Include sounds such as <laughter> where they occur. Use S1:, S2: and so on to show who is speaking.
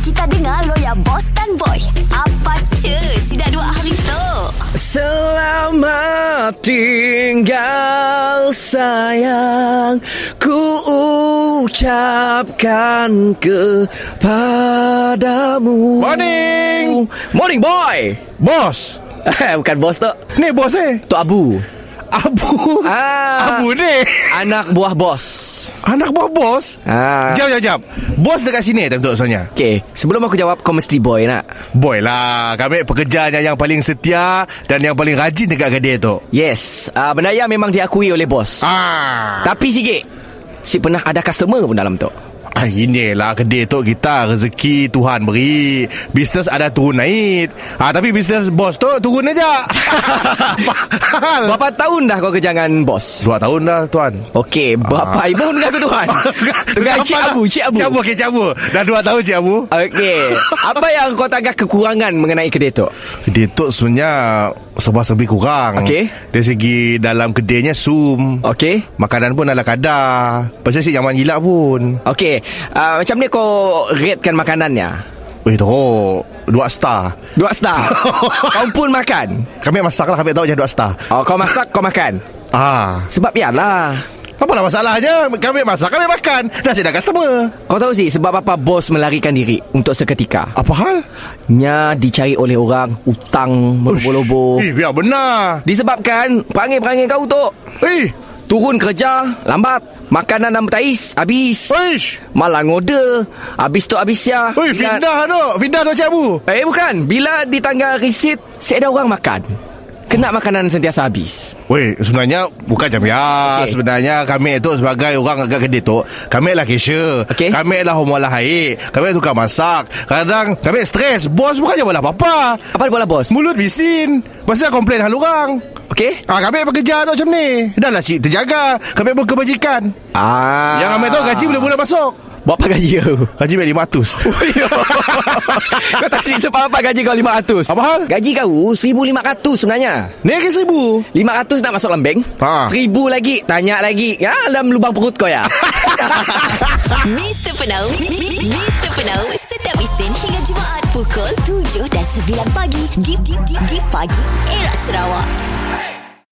S1: Kita dengar lo ya Boss dan Boy Apa cu Sudah dua hari tu
S2: Selamat tinggal sayang Ku ucapkan kepadamu
S3: Morning.
S2: Morning boy Eh,
S3: Bos.
S2: Bukan bos tu
S3: Ni bos eh.
S2: Tok Abu
S3: Abu.
S2: ah,
S3: Abu ni.
S2: Anak buah bos
S3: Anak buah bos.
S2: ah.
S3: Jap, jap, jap. Bos dekat sini tak betul sebenarnya.
S2: Okay, sebelum aku jawab kau mesti boy nak
S3: Boy lah. Kami pekerjanya yang paling setia dan yang paling rajin dekat kedai tu.
S2: Yes, ah, benda yang memang diakui oleh bos
S3: Ah.
S2: Tapi sikit Si pernah ada customer pun dalam tu
S3: Ah, inilah kedai tu kita rezeki Tuhan beri. Bisnes ada turun naik. Ah, tapi bisnes bos tu turun
S2: <laughs>
S3: aja. Fahal.
S2: Berapa tahun dah kau kerja dengan bos?
S3: Dua tahun dah tuan.
S2: Okey, berapa ah. ibu dengan aku tuan?
S3: <laughs>
S2: Dengan Cik Abu, Cik Abu.
S3: Cik Abu, okay, Cik Abu. Dah dua tahun Cik Abu.
S2: Okey, apa yang kau tangkap kekurangan mengenai kedai tu?
S3: Dia tu sebenarnya serba-serbi kurang.
S2: Okey. Oh.
S3: Dari segi dalam kedainya sum.
S2: Okey.
S3: Makanan pun ala kadar. Pasal si zaman gila pun.
S2: Okey, uh, macam ni kau ratekan makanannya?
S3: Eh, teruk. Dua star.
S2: Dua
S3: <laughs>
S2: star. kau pun makan.
S3: Kami masak lah, kami tahu je dua star.
S2: Oh, kau masak, kau makan.
S3: Ah.
S2: Sebab ialah
S3: Apalah lah masalahnya Kami masak Kami makan Dah saya dah customer
S2: kau tahu sih sebab apa bos melarikan diri untuk seketika.
S3: Apa hal?
S2: Nya dicari oleh orang utang meroboh-roboh.
S3: Eh biar benar
S2: Disebabkan perangai-perangai kau tu
S3: Eh
S2: Turun kerja Lambat Makanan dan bertais Habis
S3: Uish
S2: Malang order Habis tu habis ya
S3: Ui Findah tu Findah tu Cik Abu
S2: Eh bukan Bila di tanggal receipt Seada orang makan Kena makanan sentiasa habis
S3: Weh sebenarnya Bukan macam ya
S2: Okey.
S3: okay. Sebenarnya kami itu Sebagai orang agak gede tu Kami lah Kesha
S2: Okey.
S3: Kami lah homo lah haik Kami tukar masak Kadang Kami stres Bos bukan je bola apa-apa
S2: Apa dia bola bos?
S3: Mulut bisin Pasal komplain hal orang
S2: Okey
S3: Ah, kami pekerja tu macam ni Dah lah cik terjaga Kami pun kebajikan
S2: ah.
S3: Yang kami tahu gaji bulan-bulan masuk
S2: Berapa gaji kau?
S3: Gaji biar
S2: ya.
S3: 500
S2: <laughs> kau tak sih sebab apa gaji kau 500
S3: Apa hal?
S2: Gaji kau 1500 sebenarnya
S3: Naik ke seribu
S2: 500 nak masuk dalam bank
S3: Ha.
S2: 1000 lagi Tanya lagi ya, Dalam lubang perut kau ya
S1: Mr. Penau Mr. Penau Setiap Isnin hingga Jumaat Pukul 7 dan 9 pagi Di, di, di, di pagi Era Sarawak